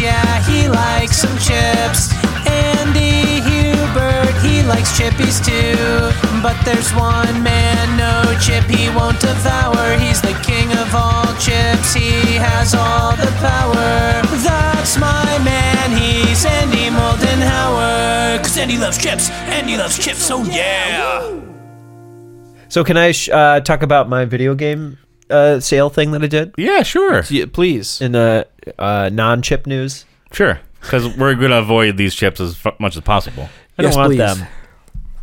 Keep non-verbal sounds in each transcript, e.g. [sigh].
yeah, he likes some chips. Andy Hubert, he likes chippies too. But there's one man, no chip he won't devour. He's the king of all chips, he has all the power. That's my man, he's Andy Moldenhauer. Cause Andy loves chips, Andy loves chips, oh yeah! So can I sh- uh, talk about my video game uh, sale thing that I did Yeah, sure. Yeah, please. in the uh, non-chip news? Sure. Because we're going to avoid these chips as fu- much as possible. I don't Yes, want please. them.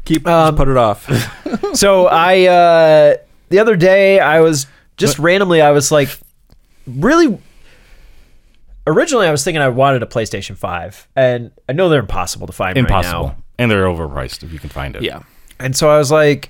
Keep Um, just put it off. so I uh, the other day I was just randomly I was like really originally I was thinking I wanted a PlayStation 5 and I know they're impossible to find Impossible. right now. And they're overpriced if you can find it. yeah. And so I was like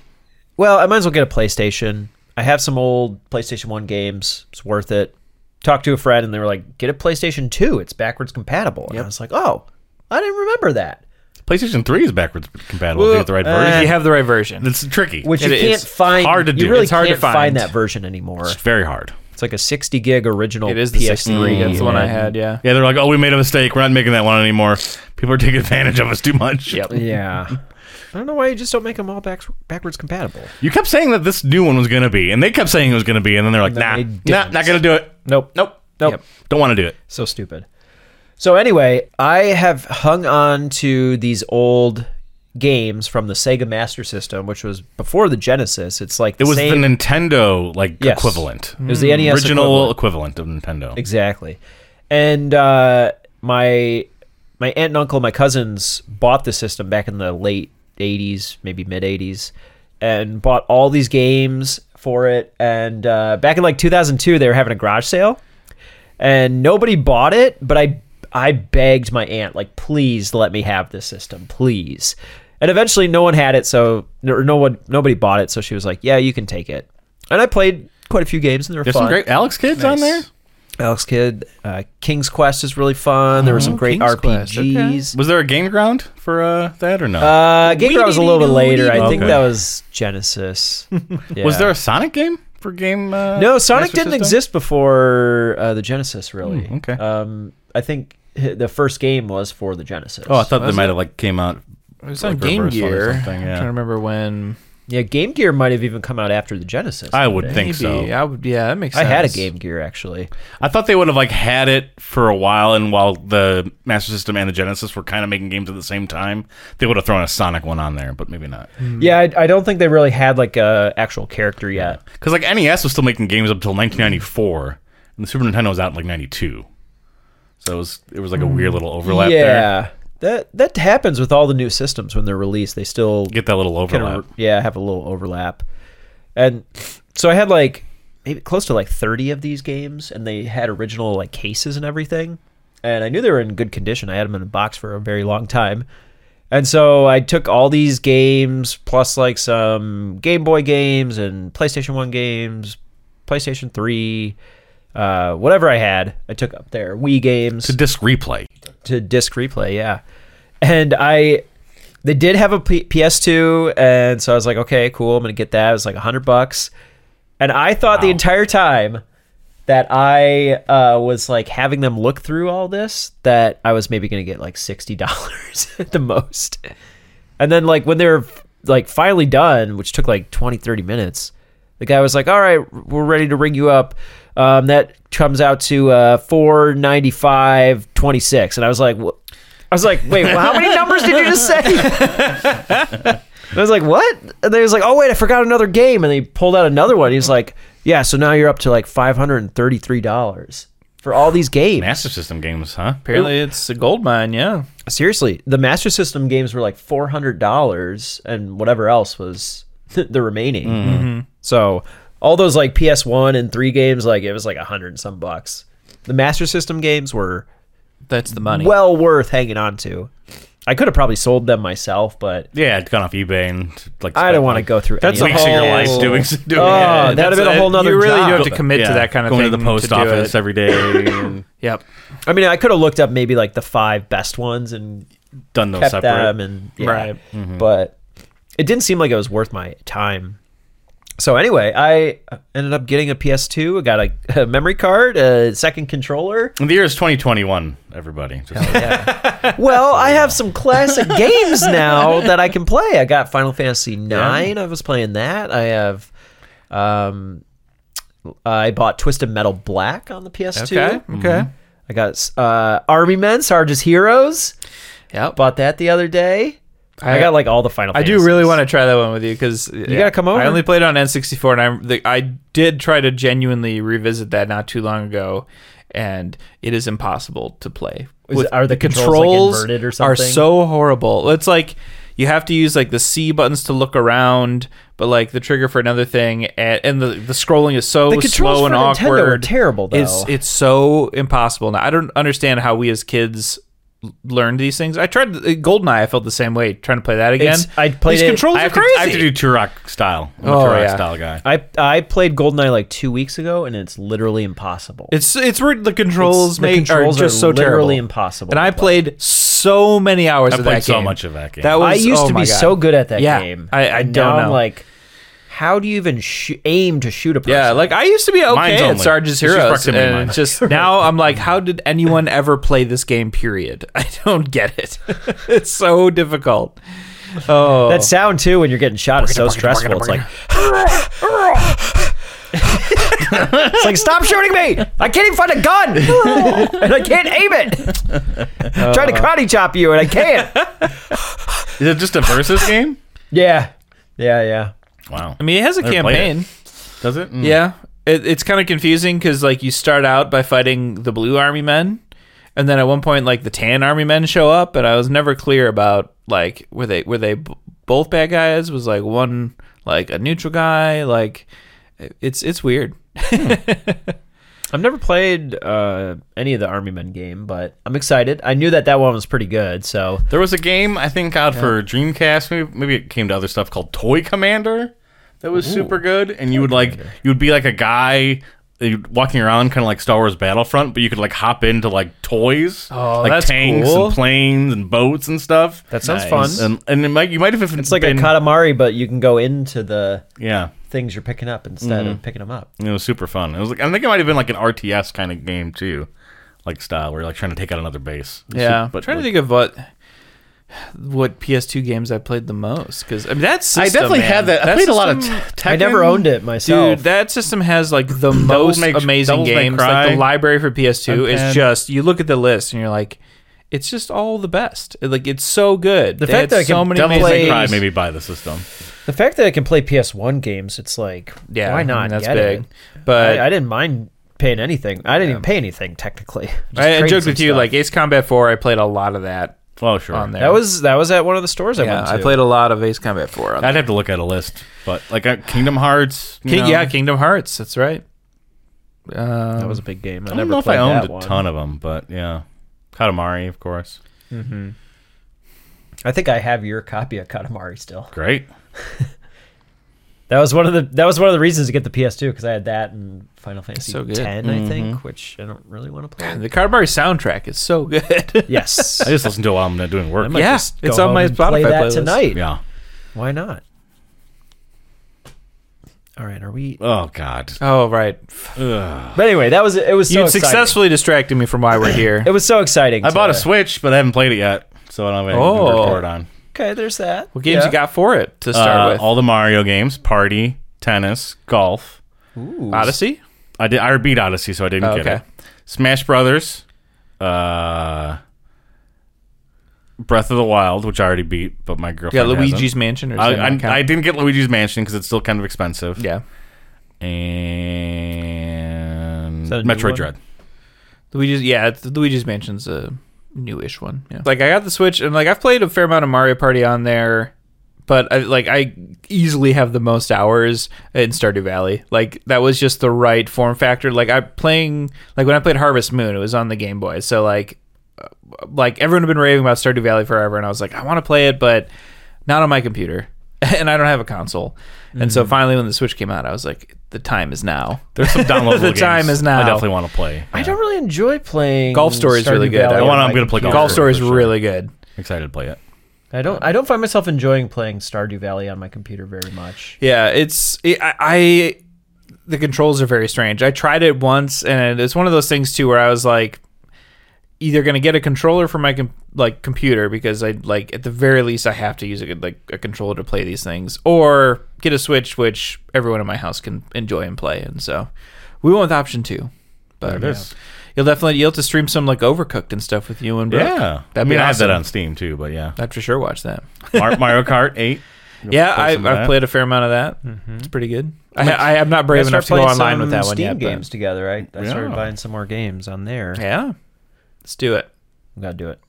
well I might as well get a PlayStation. I have some old PlayStation 1 games. It's worth it. Talked to a friend and they were like get a PlayStation 2. It's backwards compatible. And I was like, "Oh, I didn't remember that." PlayStation 3 is backwards compatible if you get the right If you version. have the right version. It's tricky. uh, Which It you is can't find hard to you do. really It's hard to can't find. that version anymore. It's very hard. It's like a 60 gig original it is the PS3. 63. That's the one I and- had. Yeah. Yeah, they're like, oh, we made a mistake. We're not making that one anymore. People are taking advantage of us too much. Yep. [laughs] Yeah. I don't know why you just don't make them all back, backwards compatible. You kept saying that this new one was going to be, and they kept saying it was going to be, and then they're like, And then nah, they nah, didn't. not going to do it. Nope. Nope. Nope. Yep. Don't want to do it. So stupid. So anyway, I have hung on to these old games from the Sega Master System, which was before the Genesis. It's like the It was same. the Nintendo like Yes. equivalent. Mm-hmm. It was the NES original equivalent. equivalent. of Nintendo. Exactly. And uh, my my aunt and uncle, and my cousins bought the system back in the late '80s, maybe mid '80s, and bought all these games for it. And uh, back in like 2002, they were having a garage sale, and nobody bought it. But I I begged my aunt, like, please let me have this system, please. And eventually, no one had it, so or no one nobody bought it. So she was like, "Yeah, you can take it." And I played quite a few games, and they were There's fun. some great Alex kids on there. Alex Kidd. Uh, King's Quest is really fun. There were some great King's Quest, okay. RPGs. Was there a game ground for uh, that or no? Uh, Game Grumps was a little bit later. I think Okay. that was Genesis. Was Yeah. there a Sonic game for game? Uh, No, Sonic Master didn't System? exist before uh, the Genesis, really. Hmm, okay. Um, I think hi- the first game was for the Genesis. Oh, I thought they might have like came out. It was on Like Game reversal or Gear. I'm something, trying yeah. to remember when. yeah. Game Gear might have even come out after the Genesis. I would wouldn't it? think so. I would, yeah, that makes I sense. had a Game Gear actually. I thought they would have like had it for a while, and while the Master System and the Genesis were kind of making games at the same time, they would have thrown a Sonic one on there, but maybe not. Hmm. Yeah, I, I don't think they really had like a actual character yet. Because like NES was still making games up until 1994, and the Super Nintendo was out in like 92. So it was it was like a Hmm. weird little overlap there. yeah, that that happens with all the new systems when they're released. They still Get that little kinda- overlap. yeah, have a little overlap. And so I had like maybe close to like 30 of these games, and they had original like cases and everything. And I knew they were in good condition. I had them in a box for a very long time. And so I took all these games, plus like some Game Boy games and PlayStation 1 games, PlayStation 3, uh, whatever I had, I took up there. Wii games To disc replay. to disc replay, yeah. And I, they did have a P- PS2, and so I was like, okay, cool, I'm gonna get that. It was like a hundred bucks, and I thought the Wow. entire time that I uh, was like having them look through all this that I was maybe gonna get like sixty dollars [laughs] at the most, and then like when they were like finally done, which took like 20, 30 minutes, the guy was like, "All right, we're ready to ring you up." Um, that comes out to uh, four ninety five twenty six, and I was like, "What?" I was like, "Wait, well, how many numbers did you just say?" And I was like, "What?" And they was like, "Oh wait, I forgot another game," and they pulled out another one. He's like, "Yeah, so now you're up to like five hundred and thirty three dollars for all these games." Master System games, huh? Apparently, it's a gold mine. Yeah. Seriously, the Master System games were like four hundred dollars, and whatever else was [laughs] the remaining. Mm-hmm. So all those like PS One and three games, like it was like a hundred and some bucks. The Master System games were That's the money. well worth hanging on to. I could have probably sold them myself, but Yeah, it's gone off eBay and like. I don't spent, want to like, go through. That's any of a weeks of your whole- life doing doing Oh, it. that'd have been a that's- whole nother You really job. do have to commit Yeah, to that kind of going thing. to the post do office it. every day and Yep. that. I mean, I could have looked up maybe like the five best ones and done those kept separate. Mm-hmm. them, and yeah. Right. But it didn't seem like it was worth my time. so anyway, I ended up getting a PS2. I got a, a memory card, a second [laughs] controller. And the year is 2021, everybody. Just like- Well, I have some [laughs] classic games now that I can play. I got Final Fantasy Nine. I was playing that. I have, um, I bought Twisted Metal Black on the PS2. Okay. Mm-hmm. Okay. I got uh, Army Men, Sarge's Heroes. Yep. Bought that the other day. I, I- got like all the Final. I do really want to try that one with you because you gotta come over. I only played it on N64, and I the, I did try to genuinely revisit that not too long ago, and it is impossible to play. Is- are the controls, like, inverted or are something? so horrible. It's like you have to use like the C buttons to look around, but like the trigger for another thing, and, and the the scrolling is so The controls slow and for Nintendo are awkward. terrible, though. It's it's so impossible. Now I don't understand how we as kids l- learned these things. I tried uh, Goldeneye. I felt the same way trying to play that again. It's- I played these it- controls I, are have to, crazy. I have to do Turok style. I'm Oh, a Turok yeah. style guy. I I played Goldeneye like two weeks ago, and it's literally impossible. It's it's weird. The controls It's- the make controls are just are so literally terrible. impossible And to I played so many hours I of played that game. so much of that game. That was I used oh to my be God. so good at that Yeah, game. I- I And don't now I'm know. like, how do you even sh- aim to shoot a person? Yeah, like I used to be Mine's okay at only. Sarge's It's just Heroes, proximity and mine. it's [laughs] just now I'm like, how did anyone ever play this game? Period. [laughs] I don't get it. [laughs] it's so difficult. Oh, that sound too when you're getting shot is so stressful. It's like, [laughs] it's like stop shooting me! I can't even find a gun, [laughs] and I can't aim it. [laughs] I'm trying to Uh. karate chop you, and I [laughs] can't. Is it just a versus game? Yeah, yeah, yeah. Wow. I mean, it has a Never played campaign. Does it? Mm. Yeah, it, it's kind of confusing because like you start out by fighting the blue army men, and then at one point like the tan army men show up, and I was never clear about like were they were they b- both bad guys? Was like one like a neutral guy? Like it's it's [laughs] weird. I've never played uh, any of the Army Men game, but I'm excited. I knew that that one was pretty good, so There was a game I think out for Dreamcast. Maybe, maybe it came to other stuff called Toy Commander. That was super good, and you would like you would be like a guy uh, you'd walking around, kind of like Star Wars Battlefront, but you could like hop into like toys, Oh, like that's tanks cool. and planes and boats and stuff. That sounds Nice. fun. And, and it might you might have it's like a Katamari, but you can go into the yeah. things you're picking up instead Mm-hmm. of picking them up. It was super fun. It was like I think it might have been like an RTS kind of game too, like style where you're like trying to take out another base. It was Yeah, super- but trying like- to think of what what PS2 games I played the most because I mean that's I definitely had that. I played a lot of. T- I never Tekken. owned it Dude, myself. that system has like the most May- amazing Devils May games. Cry. Like the library for PS2 Cuphead. is just you look at the list and you're like, it's just all the best. Like it's so good. The fact that I can so many double Devils amazing May plays- Cry maybe buy the system. the fact that I can play PS1 games, it's like, Yeah, why not? That's get big. It? But I, I didn't mind paying anything. I didn't even pay anything technically. [laughs] Just I, I traded joked some with you stuff. like Ace Combat 4. I played a lot of that Oh sure, on there. that was that was at one of the stores I yeah. went to. I played a lot of Ace Combat 4 on I'd have to look at a list, but like uh, Kingdom Hearts. you Ki- know. Yeah, Kingdom Hearts. That's right. Um, That was a big game. I, I never don't know if played I owned that a one. ton of them, but yeah, Katamari, of course. I think I have your copy of Katamari still. Great. That was one of the that was one of the reasons to get the PS2 because I had that and Final Fantasy So good. 10, I think, which I don't really want to [laughs] play. the Katamari soundtrack is so [laughs] good. [laughs] yes, I just listened to it while I'm not doing work. might Yeah, just go it's on home my and Play Spotify that playlist. tonight. yeah. Why not? All right, are we? Oh God. oh right, Ugh. But anyway, that was it. Was so you exciting. successfully distracted me from why we're here. [laughs] It was so exciting. I bought a to- Switch, but I haven't played it yet, so I don't have anything to Oh. report on. Okay, there's that. What games Yeah. you got for it to start Uh, with? all the Mario games: Party, Tennis, Golf. Odyssey. I did. I beat Odyssey, so I didn't Oh, get okay. it. Smash Brothers, uh, Breath of the Wild, which I already beat, but my You girlfriend. got Luigi's Hasn't. Mansion or I, something. I, I didn't get Luigi's Mansion because it's still kind of expensive. yeah. And that a new one? Metroid Dread. Luigi's yeah, it's- Luigi's Mansion's a newish one. Yeah. Like I got the Switch and like I've played a fair amount of Mario Party on there, but I, like I easily have the most hours in Stardew Valley. Like that was just the right form factor. Like I playing like when I played Harvest Moon, it was on the Game Boy. So like uh, like everyone had been raving about Stardew Valley forever and I was like I want to play it but not on my computer. [laughs] and I don't have a console. And so finally when the Switch came out, I was like the time is now. There's some downloadable The games time is now. I definitely want to play. I don't really enjoy playing Golf Story is Stardew really good. Valley I on wanna- my I'm gonna play computer. Golf for Story is sure. really good. I'm excited to play it. I don't. I don't find myself enjoying playing Stardew Valley on my computer very much. Yeah, it's it, I, I the controls are very strange. I tried it once, and it's one of those things too where I was like, either gonna get a controller for my com- like computer because I like at the very least I have to use a good, like a controller to play these things, or get a Switch, which everyone in my house can enjoy and play. And so we went with option two. But There it is. yeah. you'll definitely you'll have to stream some like Overcooked and stuff with you and Brooke. Yeah, that'd I be mean I have awesome. that on Steam too, but yeah, I'd for sure watch that. Mar- [laughs] Mario Kart Eight. Yeah, play I, some of I've that. played a fair amount of that. It's pretty good. I, I, I'm not I brave start enough to go playing online some with that one Steam yet. but- games together. I, I started Yeah. buying some more games on there. Yeah, let's do it. We gotta do it.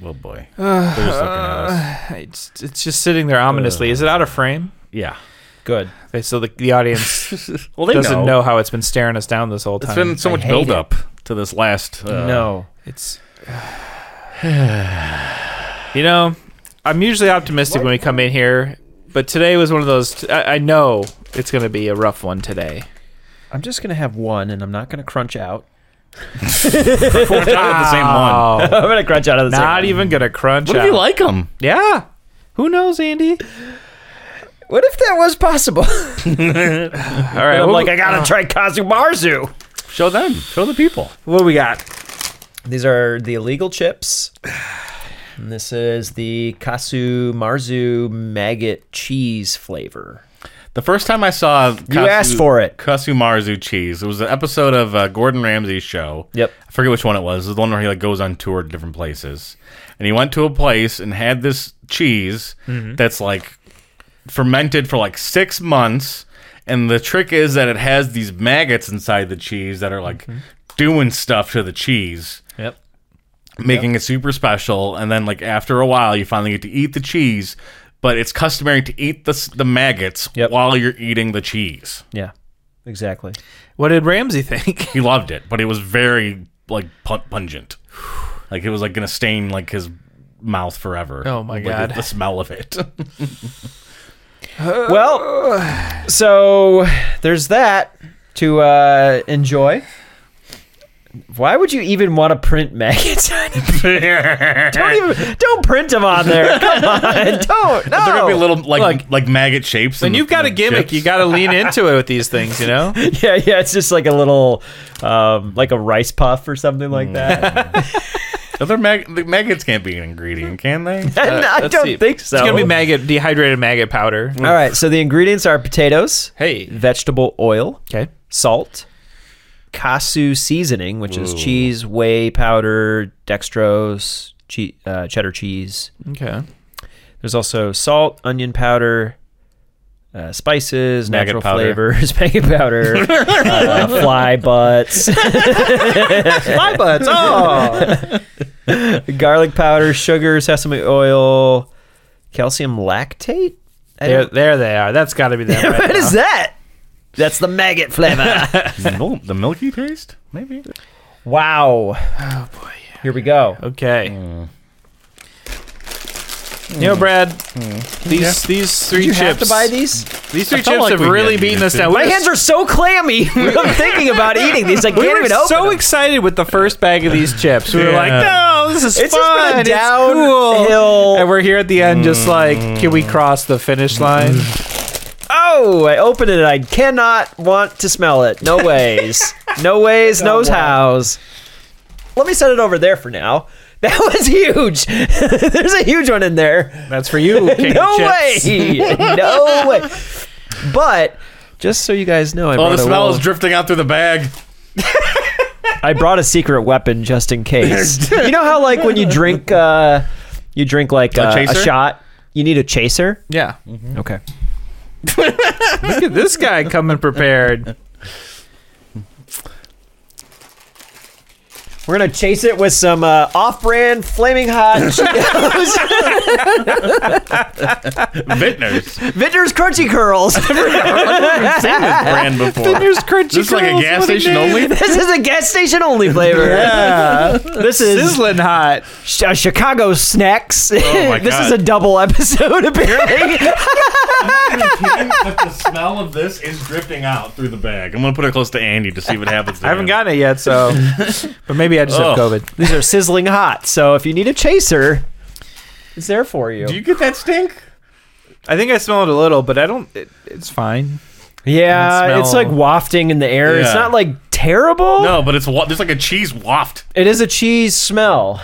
Well, Oh, boy, they're just looking at us. It's it's just sitting there ominously. Is it out of frame? Yeah, Good. Okay, so the, the audience well they doesn't know. know. how it's been staring us down this whole It's time. been so I much hate build it. up to this last. Uh, no. It's [sighs] you know, I'm usually optimistic when we come in here, but today was one of those. I I know it's going to be a rough one today. I'm just gonna have one, and I'm not gonna crunch out. four times the same one. [laughs] Oh, I'm gonna crunch out of the not even going to crunch. What if out. you like them? Yeah. Who knows, Andy? e- What if that was possible? All right, [laughs] I'm what- like, I [laughs] gotta try Kazumarzu. Show them. Show the people. What do we got? These are the illegal chips. And this is the Kasu Marzu maggot cheese flavor. The first time I saw you asked for it. Kasumarzu cheese. It was an episode of uh, Gordon Ramsay's show. Yep. I forget which one it was. It was the one where he like goes on tour to different places, and he went to a place and had this cheese Mm-hmm. that's like fermented for like six months, and the trick is that it has these maggots inside the cheese that are like Mm-hmm. doing stuff to the cheese. Yep. making it super special. And then, like after a while, you finally get to eat the cheese. But it's customary to eat the s- the maggots Yep. while you're eating the cheese. Yeah. Exactly. What did Ramsey think? He loved it, but it was very like pun- pungent. Like it was like gonna stain like his mouth forever. Oh, my Like, God. The smell of it. [laughs] Uh, Well, so there's that to uh, enjoy. Why would you even want to print maggots? on a- don't even don't print them on [laughs] there. Come on, don't. No. They're gonna be little like Look. like maggot shapes. When you've got a gimmick, you got to lean into it with these things, you know? yeah, yeah. It's just like a little, um, like a rice puff or something like Hmm. [laughs] that. other mag- the maggots can't be an ingredient, can [laughs] they? And I Uh, Let's don't see. think so. Mm. It's going to be maggot, dehydrated maggot powder. All right. So the ingredients are potatoes, Hey. vegetable oil, Okay. salt, kasu seasoning, which is cheese, whey powder, dextrose, che- uh, cheddar cheese. Okay. There's also salt, onion powder, uh, spices, Maggot natural powder. flavors, [laughs] maggot [laughs] powder, uh, fly butts, Fly butts. Oh. [laughs] garlic powder, sugar, sesame oil, calcium lactate. I there, don't- there they are. That's got to be them. Right [laughs] what now. is that? That's the maggot [laughs] flavor. Mil- the milky taste, maybe. wow. Oh, boy. Here we go. Okay. You know, Brad, these these three Did you chips. have to buy these? These three I felt chips like have we really did. beaten us down. My hands are so clammy. [laughs] I'm thinking about eating these. I can't we were even open so them. excited with the first bag of these chips. We were Yeah. like, "No, this is It's just been a fun. it's cool." downhill- Mm. And we're here at the end, just like, "Can we cross the finish line?" Oh, I opened it. and I cannot want to smell it. No ways. No ways, knows hows. Let me set it over there for now. [laughs] That was huge. [laughs] There's a huge one in there. That's for you. [laughs] King of no chips. way. No way. But just so you guys know, I, Oh, brought, the a smell little- is drifting out through the bag. I brought a secret weapon just in case. you know how like when you drink, uh, you drink like uh, a chaser? shot, you need a chaser. Yeah. Okay. Look at this guy [laughs] coming prepared. We're gonna chase it with some uh, off-brand flaming hot Cheetos, [laughs] Vintners. Vintner's Crunchy Curls. [laughs] brand before. There's crunchy This is like a curls. gas What station name. only. [laughs] this is a gas station only flavor. Yeah. [laughs] This is Oh Sizzling hot. sh- uh, Chicago snacks. [laughs] my this God. is a double episode [laughs] apparently. the smell of this is drifting out through the bag. I'm gonna put it close to Andy to see what happens. To I haven't gotten it yet, so. [laughs] But maybe I just have Ugh. COVID. These are sizzling hot. So if you need a chaser, It's there for you. Do you get that stink? I think I smelled a little, but I don't. It, it's fine. yeah, smell- it's like wafting in the air. It's Yeah. not like terrible. No, but it's wa- there's like a cheese waft. It is a cheese smell.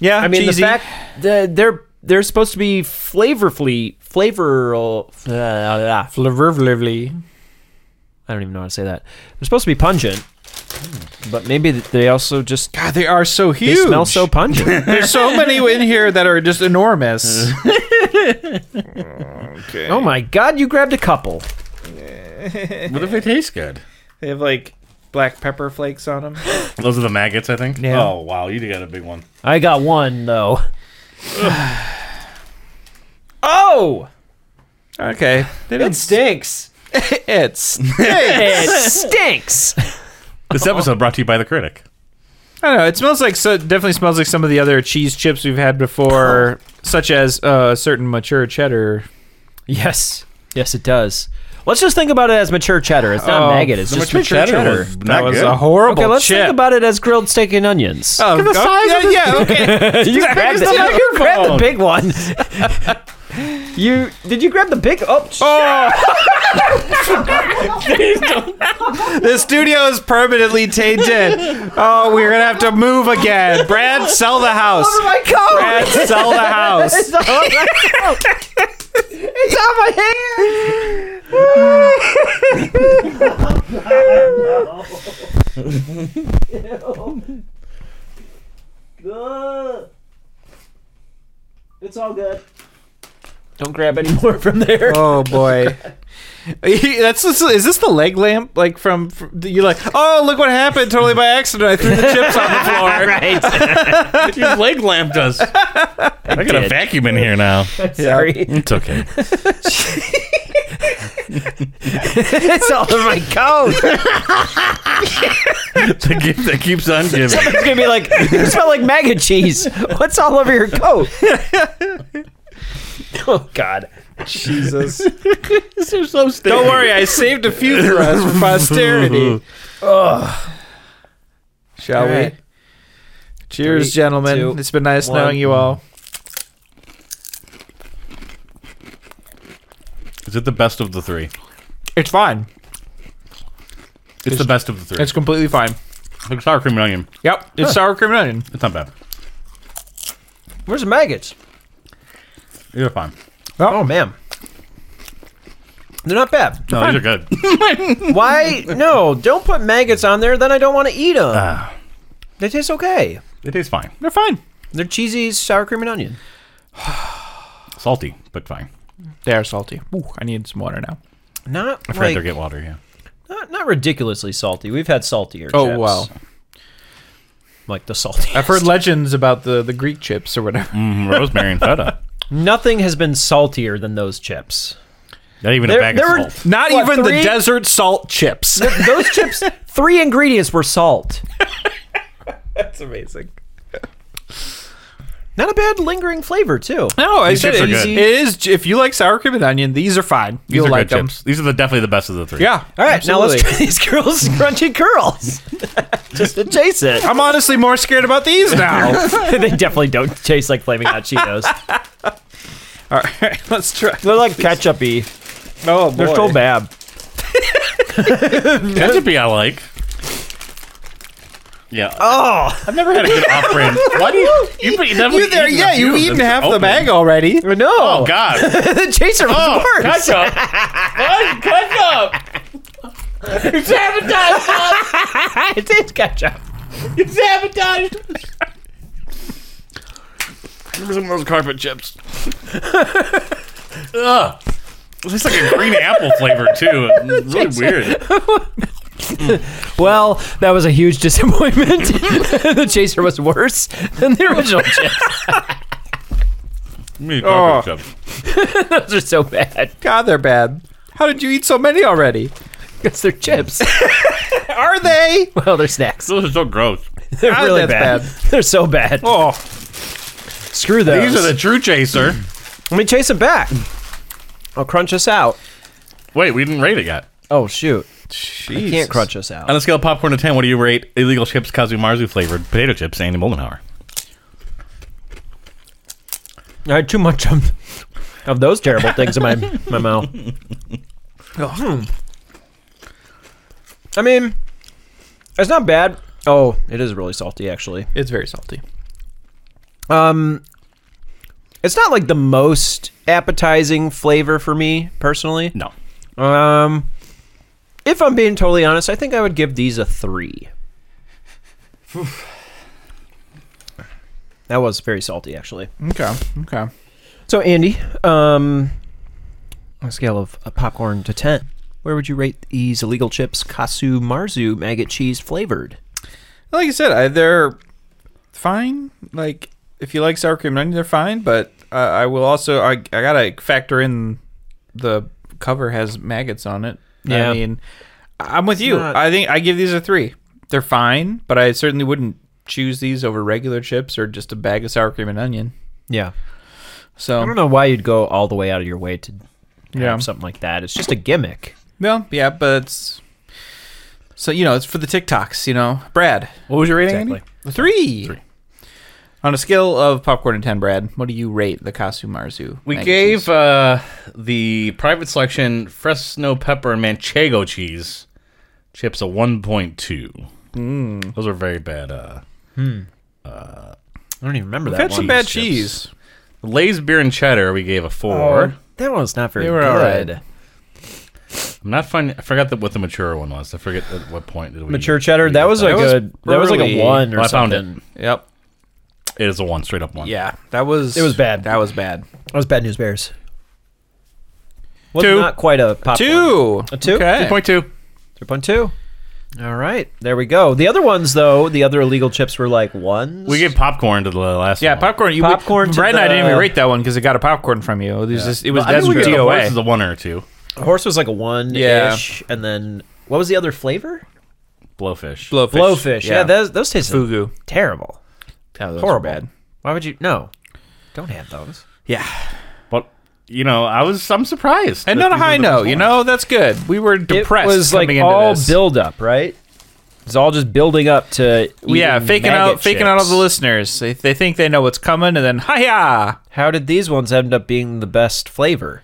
Yeah, I mean, cheesy. the fact that they're they're supposed to be flavorfully flavoral. Flavorfully. I don't even know how to say that. They're supposed to be pungent, but maybe th- they also just God, they are so they huge. smell so [laughs] pungent. There's so many in here that are just enormous. okay. oh my god, you grabbed a couple. What if they taste good? [laughs] They have like black pepper flakes on them. Those are the maggots, I think. Yeah. Oh wow, you got a big one. I got one though. oh, Okay. They it stinks. [laughs] It's. It stinks. [laughs] This episode brought to you by the critic. I don't know. It smells like so. Definitely smells like some of the other cheese chips we've had [laughs] before, such as uh, a certain mature cheddar. yes, yes, it does. Let's just think about it as mature cheddar. It's not Oh, maggot. It's The just mature cheddar was That not was good. a horrible Okay, let's chip. think about it as grilled steak and onions. Oh, Look at the oh, size of yeah, yeah, okay. [laughs] [laughs] you grabbed the the, you microphone. grabbed the big one. [laughs] you did you grab the big? Oh, sh- Oh. [laughs] the studio is permanently tainted. Oh, we're gonna have to move again. Brad, sell the house. my coat! Brad, sell the house. [laughs] It's on my coat. It's on my hair. It's all good. Don't grab any more from there. Oh boy. That's is this the leg lamp like from, from you like oh look what happened totally by accident I threw the chips [laughs] on the floor right. [laughs] Your leg lamp does. I got a did. vacuum in here now. Sorry. It's [laughs] okay. [laughs] it's all in my coat. the gift that keeps on giving. [laughs] It's gonna be like you smell like maggot cheese. What's all over your [laughs] coat? oh God. Jesus They're so stinky. don't worry I saved a few for us for [laughs] posterity shall All we right. cheers Three, gentlemen two, it's been nice one. knowing you all Is it the best of the three? it's fine It's, the best of the three. it's completely fine Like sour cream and onion. yep it's sour cream and onion It's not bad. Where's the maggots? These are fine. Oh man. They're not bad. No, these are good. Why? [laughs] No, don't put maggots on there. Then I don't want to eat them. They taste okay. Ah, It tastes fine. they're fine They're cheesy sour cream and onion. Salty, but fine. they are salty Ooh, I need some water now Not I forgot like to get water, yeah. not, not ridiculously salty. We've had saltier. Oh, chips. wow. Like the salty. I've heard legends about the the Greek chips or whatever Mm, rosemary and feta. nothing has been saltier than those chips. Not even There- a bag there were- of salt. Not What, even three? the desert salt [laughs] chips. [laughs] Those chips. Three ingredients were salt. That's amazing. Not a bad lingering flavor too. No, I These said chips are it, good. it is. If you like sour cream and onion, these are fine. These You'll are like good them. chips. These are the, definitely the best of the three. Yeah. All right, now let's try absolutely. these [laughs] girls crunchy curls. Just to chase it. I'm honestly more scared about these [laughs] now. [laughs] they definitely don't taste like flaming hot Cheetos. All right, [laughs] let's try. They're like ketchupy. Oh boy, They're so bad. That should be I like. Yeah. Oh, I've never had a good off-brand. Why do you? You've been, you've You there? Yeah, you've eaten half the bag already. no! Oh God! [laughs] the chaser was Oh, worse. ketchup! What? Ketchup! It's sabotaged us! [laughs] it is ketchup. It's sabotaged us! Remember some of those carpet chips? Ugh! It tastes like a green apple flavor too. It's really weird. Well, that was a huge disappointment. [laughs] the chaser was worse than the [laughs] original chips. Me carpet chips. Those are so bad God, they're bad. How did you eat so many already? because they're chips. Are they? Well, they're snacks. Those are so gross. They're Ah, really that's bad. They're so bad. Oh, Screw those. These are the true chaser. Let me chase them back. I'll crunch us out. Wait, we didn't rate it yet. Oh shoot! jeez. Can't crunch us On out. a scale of popcorn to 10, what do you rate illegal chips, Kazumarzu flavored potato chips, Andy Moldenhauer? I had too much of, of those terrible things in my my [laughs] mouth. Oh, hmm. I mean, it's not bad. Oh, it is really salty, actually. It's very salty. Um, it's not like the most appetizing flavor for me personally. No. Um, if I'm being totally honest, I think I would give these a three. that was very salty, actually. Okay. Okay. So, Andy, um, on a scale of a popcorn to 10, where would you rate these illegal chips Kasu Marzu maggot cheese flavored? Like I said, I, they're fine. Like if you like sour cream and onion, they're fine. But uh, I will also I I gotta factor in the cover has maggots on it. Yeah. I mean, I- I'm with you. not- I think I give these a three. They're fine, but I certainly wouldn't choose these over regular chips or just a bag of sour cream and onion. Yeah. So I don't know why you'd go all the way out of your way to have Yeah. something like that. It's just a gimmick. Well, yeah, but it's so you know it's for the TikToks. You know, Brad, what was your rating? Exactly. Andy? Three. On a scale of popcorn and ten, Brad, what do you rate the Kasu Marzu? We mac and gave cheese? uh, the private selection Fresno pepper and manchego cheese chips a 1.2. Mm. Those are very bad. Uh, I don't even remember We've that had one. some bad cheese cheese. Lay's beer and cheddar we gave a 4. Oh, that one's not very They were all good. right. Oh. I'm not finding I forgot that what the mature one was. I forget at what point did we Mature cheddar, we- that was a was good. that was like early. a one or Oh, I found something. it. Yep. It is a one, straight up one. Yeah, that was It was bad. That was bad. That was bad news bears. Was Two. not quite a popcorn. Two. A two? Okay. 2.2. 3.2. All right, there we go. The other ones, though, the other illegal chips were like ones. We gave popcorn to the last Yeah, one. popcorn. You, Popcorn to Brad and I didn't even the- rate that one because it got a popcorn from you. It was just it was I that's think we gave the horses DOA. a one or a two. horse was like a one ish, and then what was the other flavor? Blowfish. Blowfish. Blowfish. Yeah, those, those tasted fugu. terrible, Yeah, those were horrible. bad. Why would you? No, don't have those. Yeah. But you know, I was I'm surprised. And that on a these were high the note, best you ones. know that's good. We were depressed. it was like coming into all this. build up, right? It's all just building up to yeah, eating faking out, maggot faking out all chips. the listeners. They, they think they know what's coming, and then hiya! How did these ones end up being the best flavor?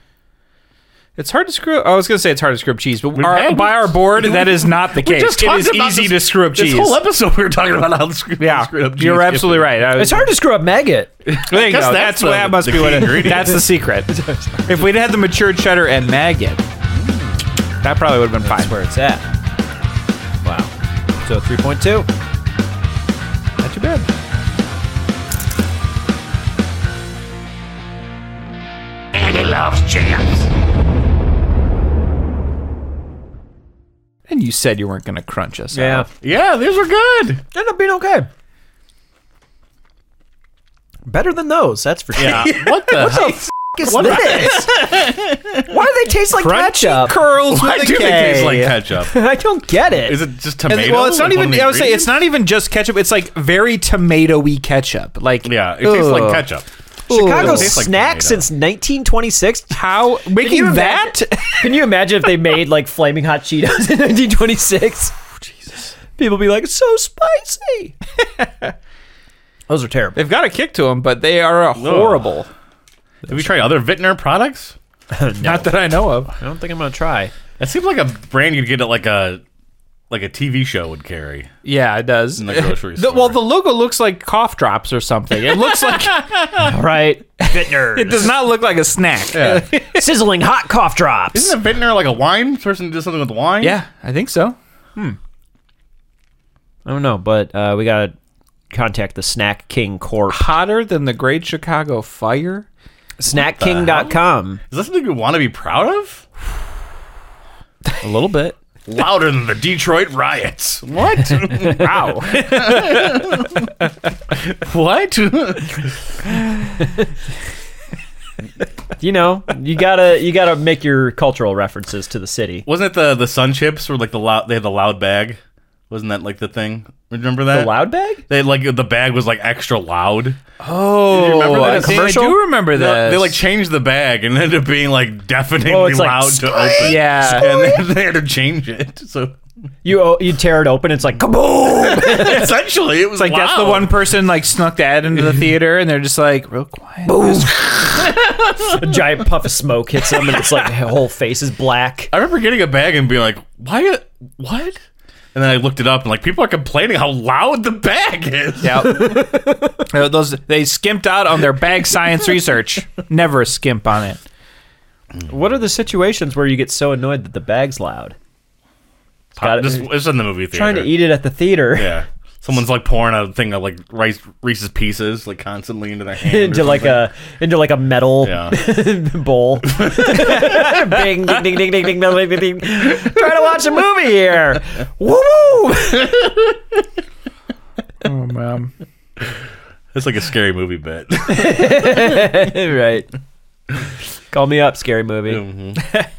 It's hard to screw. I was gonna say it's hard to screw up cheese, but our, had- by our board, that is not the [laughs] We case. just It talked is about easy this- to screw up cheese. This whole episode we were talking about how the screw, yeah, screw up cheese. you're absolutely right. I was- It's hard to screw up maggot. There you guess go. That's, that's what the- that must the be key what. It, ingredient. that's [laughs] the secret. if we'd had the mature cheddar and maggot, that probably would have been fine. That's where it's at. Wow. So three point two. Not too bad. Andy loves chips. And you said you weren't gonna crunch us. Yeah, out. [laughs] Yeah, these were good. ended up being okay. Better than those, that's for sure. what the? [laughs] What the f- is this? [laughs] Why do they taste like ketchup? [laughs] [laughs] curls Why with a do they taste K. like ketchup? I don't get it. Is it just And- tomato? well, it's not like one even. of the I would say it's not even just ketchup. It's like very tomatoey ketchup. Like ingredients? Yeah, it tastes like ugh. ketchup. Chicago's It tastes like snack tomato. since [laughs] 1926? How you making that? [laughs] imagine- [laughs] Can you imagine if they made like flaming hot Cheetos in 1926? People be like, so spicy. Those are terrible. [laughs] They've got a kick to them, but they are horrible. Have you tried other Vintner products? Not that I know of. I don't think I'm gonna try. That seems like a brand you'd get at like a like a TV show would carry. Yeah, it does. In the grocery [laughs] The- store. well, the logo looks like cough drops or something. It looks [laughs] like All right, [laughs] it does not look like a snack. Yeah, sizzling hot cough drops. Isn't a Vintner like a wine person who does something with wine? I think so. I don't know, but uh, we gotta contact the Snack King Corp. Hotter than the Great Chicago Fire. Snackking.com. Is that something you want to be proud [laughs] of? [laughs] A little bit. Louder than the Detroit [laughs] riots. What? [laughs] Wow. what? [laughs] You know, you gotta you gotta make your cultural references to the city. Wasn't it the the sun chips were like the loud? They had the loud bag. Wasn't that like the thing? Remember that? The loud bag? They like the bag was like extra loud. oh, you remember that I think commercial? I do remember They, that. they like changed the bag and it ended up being like deafeningly Oh, it's like, [laughs] loud to open. yeah. and then they had to change it. So [laughs] You o- you tear it open, it's like kaboom! [laughs] Essentially, it was Like that's the one person like snuck that into [laughs] the theater, and they're just like real quiet. a giant puff of smoke hits him, and it's like the whole face is black. I remember getting a bag and being like, "Why? What?" And then I looked it up and like people are complaining how loud the bag is. Yep. [laughs] Uh, Those they skimped out on their bag science [laughs] research. Never skimp on it. What are the situations where you get so annoyed that the bag's loud? Got it. Just, it's in the movie theater. Trying to eat it at the theater. Yeah. [laughs] Someone's like pouring a thing of like Rice Reese's pieces like constantly into their hand. or [laughs] [laughs] into like something. a into like a metal Yeah. [laughs] bowl. Bing ding ding ding ding ding ding ding ding. Trying to watch a movie here. Woo! [laughs] Oh man. It's like a scary movie bit. [laughs] right. Call me up, scary movie. Mhm.